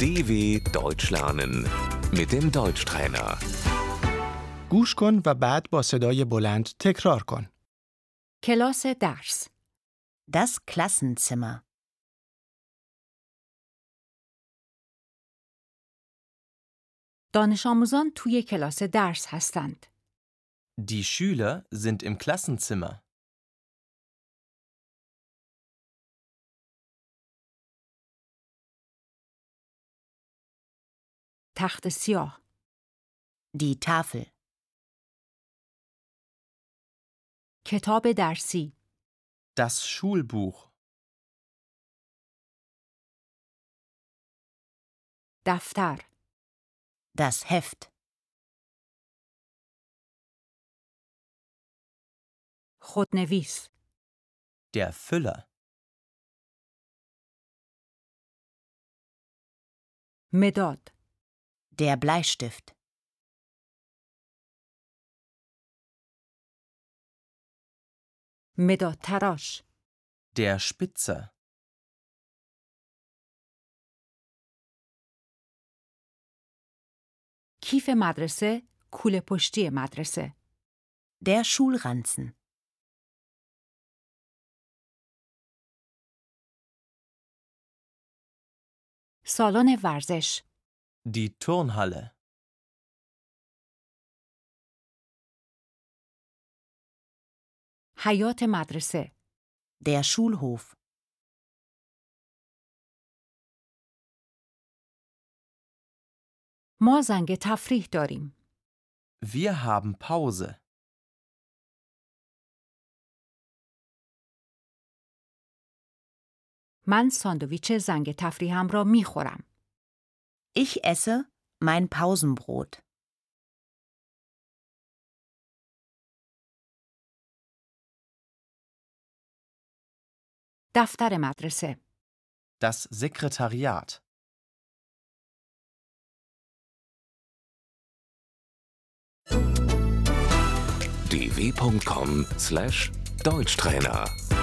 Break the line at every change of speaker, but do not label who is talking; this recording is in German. DW Deutsch lernen mit dem Deutschtrainer.
گوش کن و بعد با صدای بلند تکرار کن.
کلاس درس
Das Klassenzimmer.
دانش آموزان توی کلاس درس هستند.
Die Schüler sind im Klassenzimmer.
تخت سیاه،
Die Tafel.
کتاب درسی،
Das Schulbuch.
دفتر،
Das Heft.
خودنویس،
Der Füller.
مداد،
Der Bleistift.
مداد تراش،
Der Spitzer.
کیف مدرسه، کوله پشتی مدرسه،
Der Schulranzen.
سالن ورزش،
Die Turnhalle.
حیات مدرسه،
Der Schulhof.
ما زنگ تفریح داریم.
Wir haben Pause.
من ساندویچ زنگ تفریحم را می خورم.
Ich esse mein Pausenbrot.
دفتر مدرسه،
Das Sekretariat.
dw.com/deutschtrainer